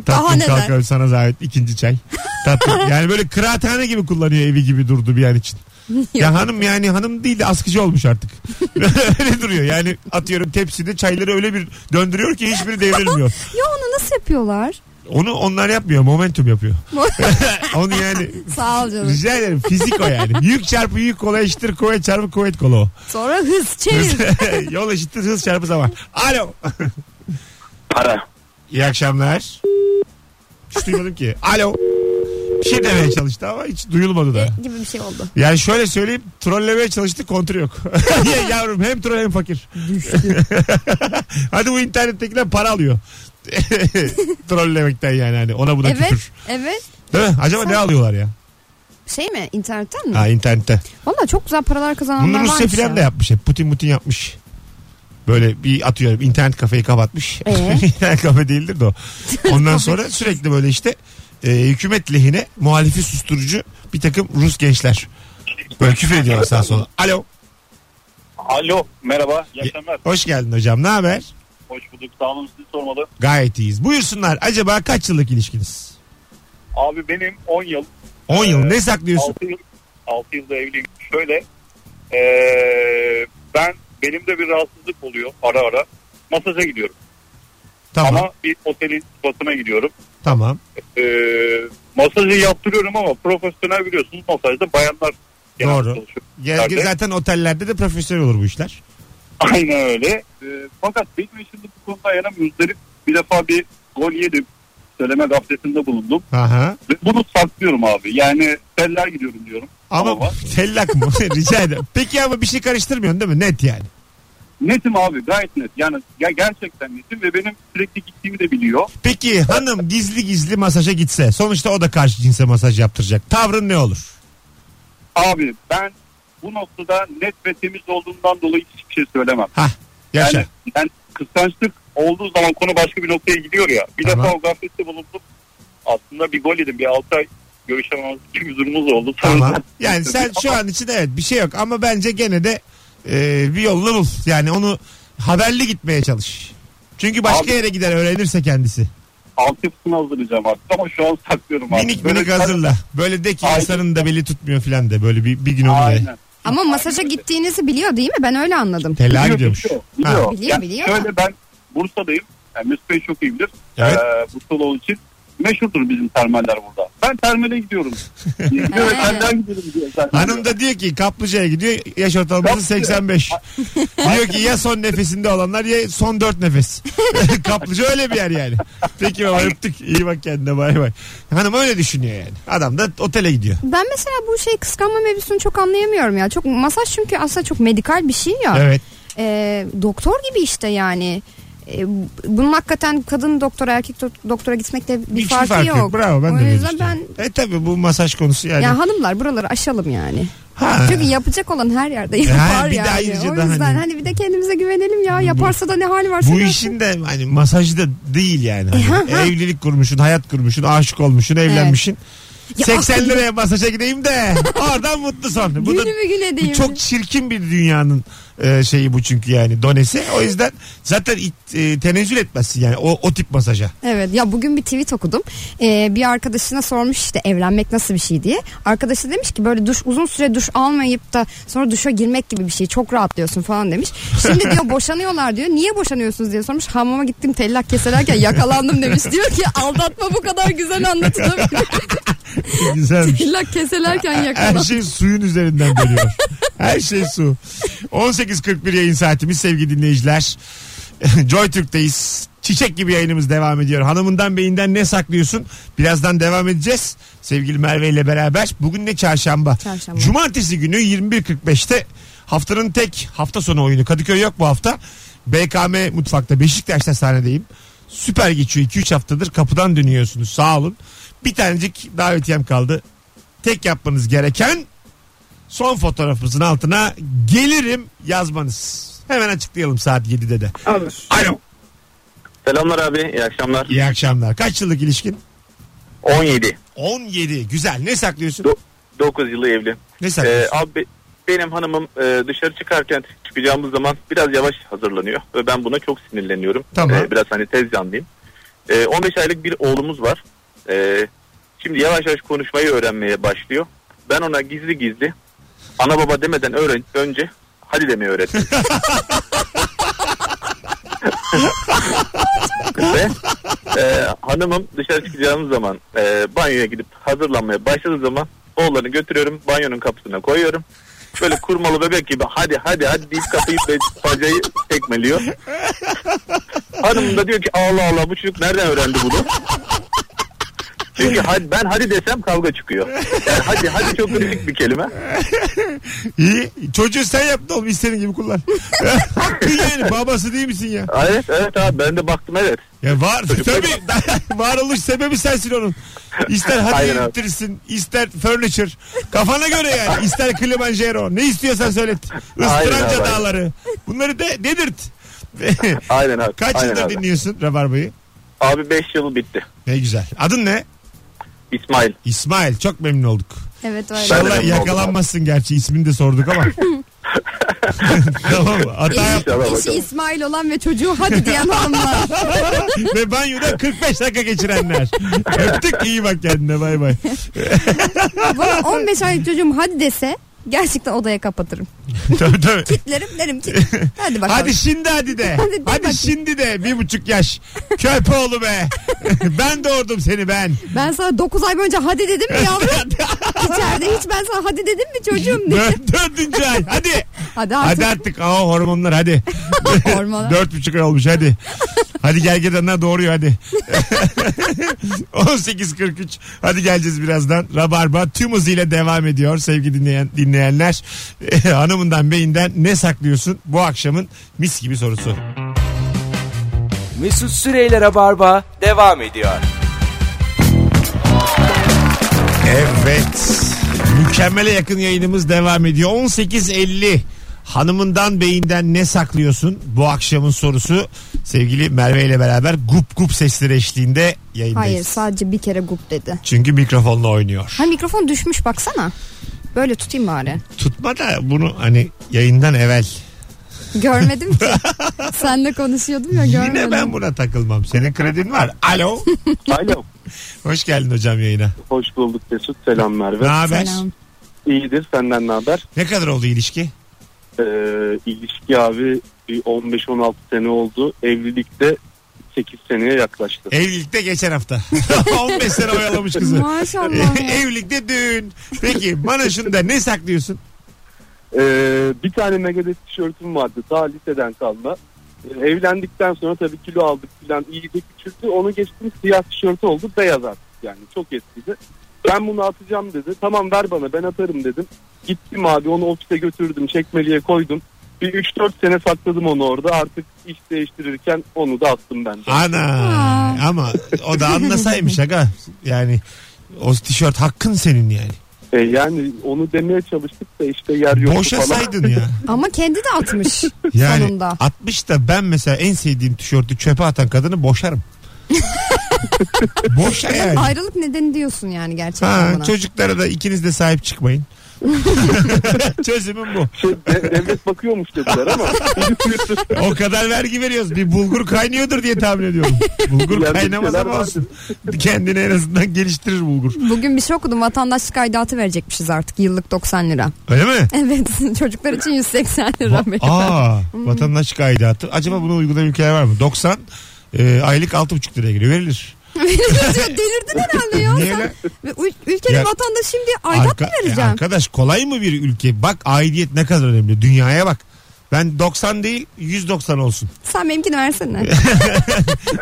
Daha
Tatlım
neler?
kalkamıyorum sana zahmet ikinci çay. Tatlım yani böyle kıraathane gibi kullanıyor evi gibi durdu bir an için. ya hanım yani hanım değil de askıcı olmuş artık. öyle duruyor yani atıyorum tepside çayları öyle bir döndürüyor ki hiçbiri devrilmiyor.
Ya onu nasıl yapıyorlar?
Onu onlar yapmıyor momentum yapıyor. Onu yani
Sağ ol canım.
rica ederim fizik o yani. Yük çarpı yük kola eşittir kuvvet çarpı kuvvet kola o.
Sonra hız çevir.
Yol eşittir hız çarpı zaman. Alo.
Para.
İyi akşamlar. Hiç duymadım ki. Alo. Bir şey demeye çalıştı ama hiç duyulmadı da.
gibi bir şey oldu.
Yani şöyle söyleyeyim trollemeye çalıştı kontrol yok. Ya Yavrum hem troll hem fakir. Hadi bu internettekiler para alıyor. Trollemekten yani hani ona buna
evet.
küfür.
Evet.
Değil mi? Acaba ne alıyorlar ya?
Şey mi? İnternetten mi?
Ha internette.
Valla çok güzel paralar kazananlar
Bunu
varmış.
Rusya filan
ya.
da yapmış hep. Putin Putin yapmış. Böyle bir atıyorum internet kafeyi kapatmış.
Ee?
internet kafe değildir de o. Ondan sonra sürekli böyle işte e, hükümet lehine muhalifi susturucu bir takım Rus gençler. Böyle küfür ediyorlar sağa sola. Alo.
Alo merhaba iyi
Ye-
akşamlar.
Hoş geldin hocam. Ne haber?
Hoş bulduk sağ olun sizi sormalı.
Gayet iyiyiz. Buyursunlar. Acaba kaç yıllık ilişkiniz?
Abi benim 10 yıl
10 yıl.
Ee,
Ne saklıyorsun?
6 yıl 6 yılda evliyim. Şöyle ee, ben benim de bir rahatsızlık oluyor ara ara. Masaja gidiyorum
Tamam.
ama bir otelin spasına gidiyorum.
Tamam.
Ee, masajı yaptırıyorum ama profesyonel biliyorsunuz masajda bayanlar genelde
Doğru.
çalışıyor.
Gel-
Nerede?
Zaten otellerde de profesyonel olur bu işler.
Aynen öyle. Ee, fakat benim eşim de bu konuda ayağına müzdarip. Bir defa bir gol yedim. Söyleme gafletinde bulundum.
Aha.
Ve bunu saklıyorum abi. Yani teller gidiyorum diyorum.
Ama
Ama-
tellak mı? Rica ederim. Peki ama bir şey karıştırmıyorsun değil mi? Net yani.
Netim abi gayet net. Yani ya gerçekten netim ve benim sürekli gittiğimi de biliyor.
Peki hanım gizli gizli masaja gitse sonuçta o da karşı cinse masaj yaptıracak. Tavrın ne olur?
Abi ben bu noktada net ve temiz olduğumdan dolayı hiçbir şey söylemem.
Hah yaşa.
Yani, yani kıskançlık olduğu zaman konu başka bir noktaya gidiyor ya. Bir
Tamam.
defa o gaflette bulundum. Aslında bir gol yedim. Bir 6 ay görüşememiz gibi bir durumumuz oldu.
Tamam.
Sonra-
Yani sen şu an için evet bir şey yok ama bence gene de e, bir yolunu bul. Yani onu haberli gitmeye çalış. Çünkü başka
Abi-
yere gider öğrenirse kendisi.
altyapısını hazırlayacağım artık ama şu an saklıyorum abi.
Minik
Böyle-
minik hazırla. Böyle de ki
Aynen.
insanın da beli tutmuyor filan de. Böyle bir, bir gün onu de.
Aynen.
Ama masaja
Aynen öyle.
gittiğinizi biliyor değil mi? Ben öyle anladım.
Telağa gidiyormuş.
Biliyor, biliyor.
Ha.
Biliyor,
Yani
biliyor.
Şöyle ben Bursa'dayım. Yani Mesut Bey çok iyi bilir.
Evet.
Ee, Bursalı olduğu için meşhurdur bizim termaller burada. Ben termale gidiyorum. Gidiyor ve termale gidiyorum diyor. zaten.
Hanım da diyor ki kaplıcaya gidiyor yaş ortalaması 85. diyor ki ya son nefesinde olanlar ya son 4 nefes. Kaplıca öyle bir yer yani. Peki baba öptük iyi bak kendine bay bay. Hanım öyle düşünüyor yani. Adam da otele gidiyor.
Ben mesela bu şey kıskanma mevzusunu çok anlayamıyorum ya. Çok masaj çünkü aslında çok medikal bir şey ya.
Evet.
Ee, doktor gibi işte yani. Ee, bunun hakikaten kadın doktora erkek do- doktora gitmekte bir
Hiçbir
farkı yok.
Bravo ben
o
de öyle
yüzden ben
düşünüyorum. E tabi bu masaj konusu yani.
ya hanımlar buraları aşalım yani.
ha.
Çünkü yapacak olan her yerde yapar
Ha, bir de
yani.
ayrıca
o
da
yüzden hani...
hani-
bir de kendimize güvenelim ya. Yaparsa da ne hali varsa
bu
görsün.
işin de hani masajı da değil yani. Hani
E, ha, ha.
evlilik kurmuşsun, hayat kurmuşsun, aşık olmuşsun, evlenmişsin.
Ya
80
aklı-
liraya masaja gideyim de oradan mutlu son. Bu da
Günümü güne
Bu
değil.
çok çirkin bir dünyanın e, şeyi bu çünkü yani donesi. O yüzden zaten it- e, tenezzül etmezsin yani o, o tip masaja.
Evet ya bugün bir tweet okudum. Ee, bir arkadaşına sormuş işte evlenmek nasıl bir şey diye. Arkadaşı demiş ki böyle duş uzun süre duş almayıp da sonra duşa girmek gibi bir şey. Çok rahatlıyorsun falan demiş. Şimdi diyor boşanıyorlar diyor. Niye boşanıyorsunuz diye sormuş. Hamama gittim tellak keselerken yakalandım demiş. Diyor ki aldatma bu kadar güzel anlatılabilir.
Güzelmiş.
tellak keselerken
Her
yakalandım.
şey suyun üzerinden dönüyor. Her şey su. 18.41 yayın saatimiz sevgili dinleyiciler. Joy Türk'teyiz. Çiçek gibi yayınımız devam ediyor. Hanımından beyinden ne saklıyorsun? Birazdan devam edeceğiz. Sevgili Merve ile beraber. Bugün ne çarşamba?
Çarşamba.
Cumartesi günü 21.45'te haftanın tek hafta sonu oyunu. Kadıköy yok bu hafta. BKM mutfakta Beşiktaş'ta sahnedeyim. Süper geçiyor. 2-3 haftadır kapıdan dönüyorsunuz. Sağ olun. Bir tanecik davetiyem kaldı. Tek yapmanız gereken son fotoğrafımızın altına gelirim yazmanız. Hemen açıklayalım saat 7'de de. Alo.
Selamlar abi iyi akşamlar.
İyi akşamlar. Kaç yıllık ilişkin?
17.
17. Güzel. Ne saklıyorsun?
9 yılı evli.
Ne
Ee,
saklıyorsun?
abi benim hanımım e, dışarı çıkarken çıkacağımız zaman biraz yavaş hazırlanıyor ve ben buna çok sinirleniyorum.
Tamam.
Ee, biraz hani tez yanlıyım. Ee, 15 aylık bir oğlumuz var. Ee, şimdi yavaş yavaş konuşmayı öğrenmeye başlıyor. Ben ona gizli gizli ana baba demeden öğren önce hadi demeyi öğrettim. ve e, hanımım dışarı çıkacağımız zaman e, banyoya gidip hazırlanmaya başladığı zaman oğlanı götürüyorum banyonun kapısına koyuyorum. Böyle kurmalı bebek gibi hadi hadi hadi deyip kapıyı ve bacayı tekmeliyor. Hanım da diyor ki Allah Allah bu çocuk nereden öğrendi bunu? Çünkü hadi, ben hadi desem kavga çıkıyor. Yani hadi hadi çok kritik bir kelime.
İyi. Çocuğu sen yaptın oğlum. İstediğin gibi kullan. Hakkı yani. Babası değil misin ya?
Evet evet abi ben de baktım evet.
Ya var. tabii. varoluş sebebi sensin onun. İster hadi
Aynen abi.
ittirsin. ister furniture. Kafana göre yani. İster Kilimanjaro. Ne istiyorsan söylet.
Aynen abi,
Istıranca
aynen.
dağları. Bunları de, dedirt.
Aynen abi.
Kaç
aynen
yılda
abi.
dinliyorsun Rabarba'yı?
Abi 5 yıl bitti.
Ne güzel. Adın ne?
İsmail.
İsmail. Çok memnun olduk.
Evet öyle.
Ben de memnun
İnşallah
oldum
yakalanmazsın gerçi ismini de sorduk ama. tamam hata yap-
İnşallah
Eşi
bakalım.
İsmail olan ve çocuğu hadi diyen hanımlar.
ve banyoda 45 dakika geçirenler. Öptük iyi bak kendine bay bay.
Bana 15 aylık çocuğum hadi dese gerçekten odaya kapatırım.
tabii tabii.
Kitlerim derim ki hadi bakalım.
Hadi şimdi hadi de.
Hadi de
Hadi
bakayım.
şimdi de bir buçuk yaş. Köpoğlu be. ben doğurdum seni ben.
Ben sana 9 ay boyunca hadi dedim mi yavrum? İçeride hiç ben sana hadi dedim mi çocuğum diye.
Dör- Dördüncü ay hadi.
Hadi
Hadi
artık
artık. Aa, hormonlar hadi.
hormona.
Dört buçuk ay olmuş hadi. hadi gergedanlar doğuruyor hadi. 18.43 hadi geleceğiz birazdan. Rabarba tüm hızıyla devam ediyor sevgili dinleyen, dinleyenler. Eh, Hanımından beyinden ne saklıyorsun bu akşamın mis gibi sorusu.
Mesut Süreyler'e barba devam ediyor.
Evet. Mükemmele yakın yayınımız devam ediyor. 18.50 Hanımından beyinden ne saklıyorsun? Bu akşamın sorusu sevgili Merve ile beraber gup gup sesleri eşliğinde yayındayız.
Hayır sadece bir kere gup dedi.
Çünkü mikrofonla oynuyor.
Ha mikrofon düşmüş baksana. Böyle tutayım bari.
tutma da bunu hani yayından evvel.
Görmedim ki. Senle konuşuyordum ya görmedim.
Yine ben buna takılmam. Senin kredin var. Alo.
Alo.
Hoş geldin hocam yayına.
Hoş bulduk Mesut. Selamlar.
Ne
Ve
haber?
Selam.
iyidir. Senden ne haber?
Ne kadar oldu ilişki?
Ee, ilişki abi bir 15-16 sene oldu. Evlilikte 8 seneye yaklaştı.
Evlilikte geçen hafta. 15 sene oyalamış kızı.
Maşallah. ya.
Evlilikte düğün. Peki bana şunu da ne saklıyorsun?
Ee, bir tane Megadeth tişörtüm vardı. Daha liseden kalma. Ee, evlendikten sonra tabii kilo aldık filan iyice küçüldü. Onu geçtim siyah tişörtü oldu. Beyaz artık yani. Çok eskidi. Ben bunu atacağım dedi. Tamam ver bana ben atarım dedim. Gittim abi onu ofise götürdüm. Çekmeliğe koydum. Bir 3-4 sene sakladım onu orada. Artık iş değiştirirken onu da attım ben de.
Ana.
Aa.
Ama o da anlasaymış aga. Yani o tişört hakkın senin yani.
E, yani onu demeye çalıştık da işte yer yoktu
Boşa
falan.
saydın ya.
Ama kendi de atmış
Yani
sonunda.
60 da ben mesela en sevdiğim tişörtü çöpe atan kadını boşarım. Boşa yani.
Ayrılık nedeni diyorsun yani gerçekten
Ha,
şey buna.
çocuklara da ikiniz de sahip çıkmayın. Çözümüm bu.
Şey, de- devlet bakıyormuş dediler ama.
O kadar vergi veriyoruz. Bir bulgur kaynıyordur diye tahmin ediyorum. Bulgur
Yani bir
kaynamaz
şeyler
ama olsun. Kendini en azından geliştirir bulgur.
Bugün bir şey okudum vatandaşlık aidatı verecekmişiz artık yıllık 90 lira.
Öyle mi?
Evet çocuklar için 180 lira.
Va- Aa, vatandaşlık aidatı. Acaba bunu uygulayan ülkeler var mı? 90 e, aylık 6,5 liraya giriyor. Verilir.
Delirdin herhalde ya.
Niye
sen.
lan?
Ve ül- ülkenin
Ya-
vatandaşıyım diye aidat
Arka- e,
mı vereceğim?
Arkadaş kolay mı bir ülke? Bak aidiyet ne kadar önemli. Dünyaya bak. Ben 90 değil 190 olsun.
Sen benimkini versene.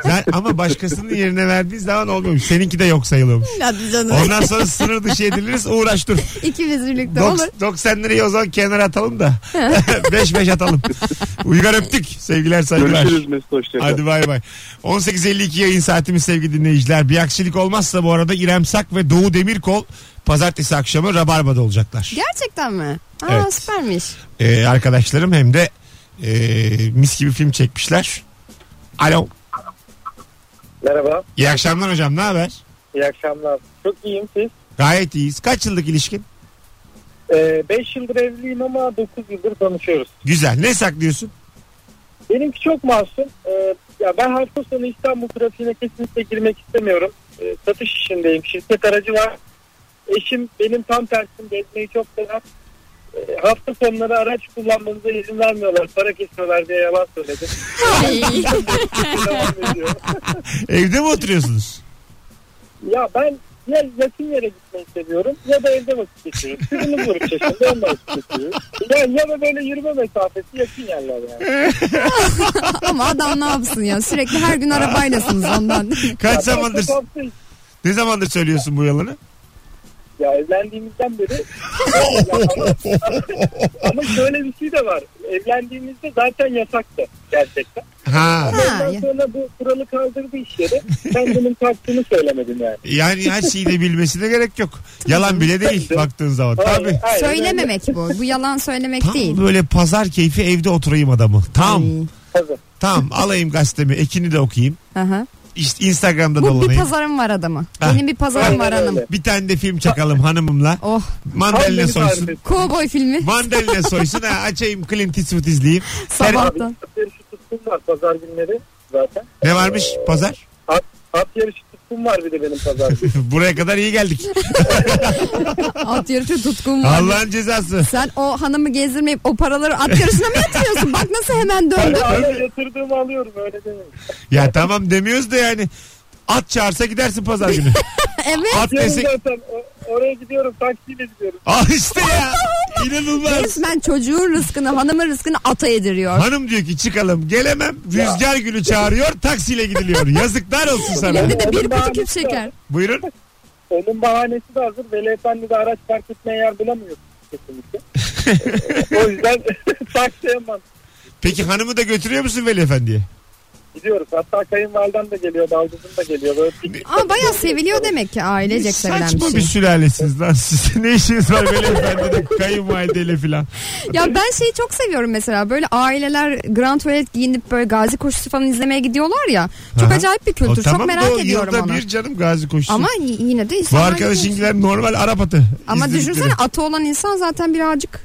Ben- ama başkasının yerine verdiği zaman olmuyormuş. Seninki de yok sayılıyormuş.
Hadi canım.
Ondan sonra sınır dışı ediliriz uğraş dur.
İkimiz birlikte olur.
Dok- 90 lirayı o zaman kenara atalım da. 5-5 atalım. Uygar öptük. Sevgiler saygılar.
Görüşürüz Mesut hoşçakal.
Hadi bay bay. 18.52 yayın saatimiz sevgili dinleyiciler. Bir aksilik olmazsa bu arada İrem Sak ve Doğu Demirkol pazartesi akşamı Rabarba'da olacaklar.
Gerçekten mi? Aa
Evet.
süpermiş.
Ee, arkadaşlarım hem de ee, mis gibi film çekmişler. Alo.
Merhaba.
İyi akşamlar hocam ne haber?
İyi akşamlar. Çok iyiyim siz.
Gayet iyiyiz. Kaç yıllık ilişkin?
5 Ee, yıldır evliyim ama 9 yıldır tanışıyoruz.
Güzel. Ne saklıyorsun?
Benimki çok masum. Ee, ya ben hafta sonu İstanbul trafiğine kesinlikle girmek istemiyorum. Ee, satış işindeyim. Şirket aracı var. Eşim benim tam tersim gezmeyi çok sever. Ee, hafta sonları araç kullanmamıza izin vermiyorlar. Para kesiyorlar diye yalan söyledim.
Ay.
Devam ediyor.
Evde mi oturuyorsunuz?
Ya ben ya yakın yere gitmeyi seviyorum ya da evde vakit geçiriyorum. Kızımız var üç yaşında onunla vakit geçiriyoruz. Yani ya da böyle yürüme mesafesi yakın yerler yani.
Ama adam ne yapsın ya sürekli her gün arabaylasınız ondan.
Kaç
Ya ben
zamandır
çok hafta
ne zamandır söylüyorsun bu yalanı?
Ya evlendiğimizden beri Ya ama, ama şöyle bir şey de var. Evlendiğimizde zaten yasaktı gerçekten.
ha.
Ha,
Ondan
ya.
sonra bu kuralı kaldırdı iş yeri. Ben bunun taktığını söylemedim yani.
Yani her şeyi de bilmesine gerek yok. Yalan bile değil baktığın zaman. Tabii.
Aynen öyle.
Söylememek bu. Bu yalan söylemek
Tam
değil.
böyle pazar keyfi evde oturayım adamı. Tam.
Ay.
Tabii.
Tam alayım gazetemi, ekini de okuyayım.
Aha.
İşte Instagram'da
Bu bir
dolanayım.
pazarım var adamı.
Ah.
Benim bir pazarım var
Aynen öyle.
hanım.
Bir tane de film çakalım hanımımla.
Oh.
Mandalina
Tam beni tarif
soysun.
ettin.
Cowboy filmi.
Mandalina soysun. Ha, açayım Clint Eastwood izleyeyim.
Abi
Sabahtan.
at yarışı tutkum var pazar günleri zaten.
Ne varmış pazar?
At, at yarışı tutkum var bir de benim pazar günü.
Buraya kadar iyi geldik.
At yarışı tutkun var.
Allah'ın cezası.
Sen o hanımı gezdirmeyip o paraları at yarışına mı yatırıyorsun? Bak nasıl hemen döndü.
Hala yatırdığımı alıyorum öyle demeyin.
Ya tamam demiyoruz da yani. At çağırsa gidersin pazar günü.
Evet.
At
Diyorum
desek.
zaten o- oraya gidiyorum taksiyle gidiyorum.
Ah işte ya. İnanılmaz.
Resmen çocuğun rızkını, hanımın rızkını ata yediriyor.
Hanım diyor ki çıkalım gelemem rüzgar gülü çağırıyor taksiyle gidiliyor. Yazıklar olsun sana.
Elinde de bir şey- kutu küp şeker.
Buyurun.
Onun bahanesi de hazır. Veli Efendi'de araç park etmeye yer bulamıyor kesinlikle. o yüzden taksiye man-
Peki hanımı da götürüyor musun Veli Efendi'ye?
Gidiyoruz. Hatta kayınvalidem de geliyor, baldızım da geliyor. Böyle piknik
Ama bayağı seviliyor demek ki ailecek sevilen
Saçma
bir
bir,
şey.
sülalesiniz lan siz. ne işiniz var Veli Efendi'de kayınvalideyle filan.
Ya ben şeyi çok seviyorum mesela böyle aileler grand tuvalet giyinip böyle gazi koşusu falan izlemeye gidiyorlar ya. Çok
Aha.
acayip bir
O
kültür.
tamam
çok
da
merak
o
ediyorum
yılda
onu.
bir canım gazi koşusu.
Ama y- yine de
Bu
insanlar gidiyor.
arkadaşınkiler normal Arap atı.
Ama
İzledikleri.
düşünsene atı olan insan zaten birazcık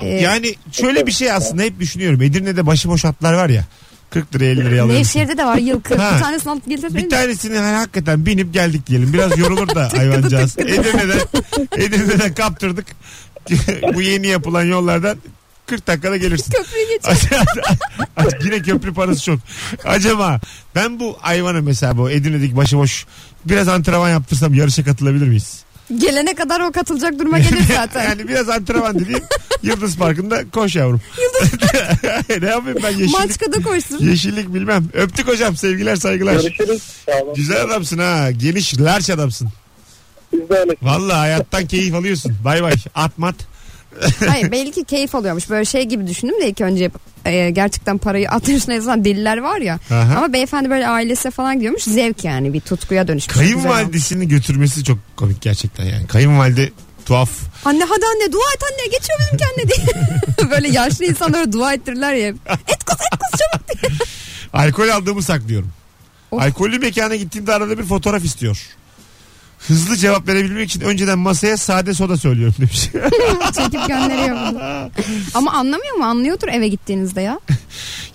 e,
Yani şöyle bir şey aslında hep düşünüyorum. Edirne'de başıboş atlar var ya. 40 liraya 50 liraya alıyorsun.
Nevşehir'de de var yılkı.
Ha.
Bir tanesini alıp getirdin
Bir
mi?
tanesini hani hakikaten binip geldik diyelim. Biraz yorulur da hayvancağız. Edirne'den, Edirne'den kaptırdık. Bu yeni yapılan yollardan 40 dakikada gelirsin.
Köprüyü geçiyor.
Ac- Yine köprü parası çok. Acaba ben bu hayvana mesela bu Edirne'deki başıboş biraz antrenman yaptırsam yarışa katılabilir miyiz?
Gelene kadar o katılacak duruma gelir zaten.
yani biraz antrenman dediğim Yıldız Parkı'nda koş yavrum. ne yapayım ben yeşillik,
Maçkada koştur.
yeşillik bilmem. Öptük hocam sevgiler saygılar.
Görüşürüz. Sağ olun.
Güzel adamsın ha. Geniş, larç adamsın.
Biz de öyle.
Valla hayattan keyif alıyorsun. Bay bay. At mat.
Hayır belki keyif alıyormuş. Böyle şey gibi düşündüm de ilk önce e, gerçekten parayı at yarışına yazılan deliler var ya.
Aha.
Ama beyefendi böyle ailesine falan gidiyormuş. Zevk yani bir tutkuya dönüşmüş. Güzel olmuş.
Kayınvalidesini götürmesi çok komik gerçekten yani. Kayınvalide tuhaf.
Anne hadi anne dua et anne geçiyor bizimki anne diye. böyle yaşlı insanlara dua ettirirler ya. Et kız et kız çabuk diye.
Alkol aldığımı saklıyorum.
Of.
Alkollü mekana gittiğimde arada bir fotoğraf istiyor. Hızlı cevap verebilmek için önceden masaya sade soda söylüyorum demiş.
Çekip gönderiyor bunu. Ama anlamıyor mu? Anlıyordur eve gittiğinizde ya.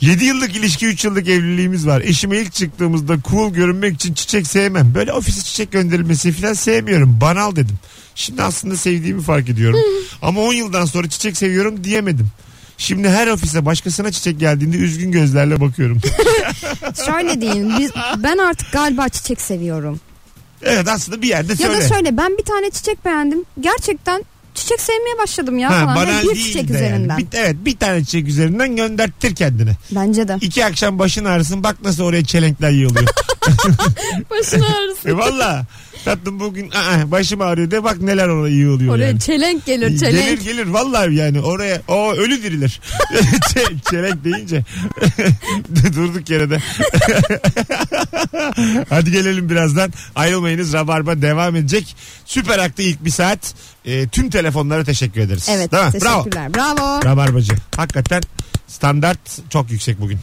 7 yıllık ilişki 3 yıllık evliliğimiz var. Eşime ilk çıktığımızda cool görünmek için çiçek sevmem. Böyle ofise çiçek gönderilmesi falan sevmiyorum. Banal dedim. Şimdi aslında sevdiğimi fark ediyorum. Ama 10 yıldan sonra çiçek seviyorum diyemedim. Şimdi her ofise başkasına çiçek geldiğinde üzgün gözlerle bakıyorum.
Şöyle deyin. Biz, ben artık galiba çiçek seviyorum.
evet aslında bir yerde
Ya
söyle.
da şöyle ben bir tane çiçek beğendim. Gerçekten çiçek sevmeye başladım ya
Ha,
falan.
banal
Hep bir
değil
çiçek
de yani.
üzerinden.
Bir- evet bir tane çiçek üzerinden gönderttir kendini.
Bence de.
İki akşam başın ağrısın bak nasıl oraya çelenkler yığılıyor.
Başına ağrısın.
e valla tatlım bugün aa, başım ağrıyor de bak neler oraya yığılıyor
Oraya
yani.
çelenk gelir çelenk.
Gelir gelir vallahi yani oraya o ölü dirilir. Ç- Çelenk deyince durduk yere de. Hadi gelelim birazdan. Ayrılmayınız. Rabarba devam edecek. Süper Ak'ta ilk bir saat. E, tüm telefonlara teşekkür ederiz.
Evet
Değil mi? Bravo.
teşekkürler. Bravo.
Rabarbacı. Hakikaten standart çok yüksek bugün.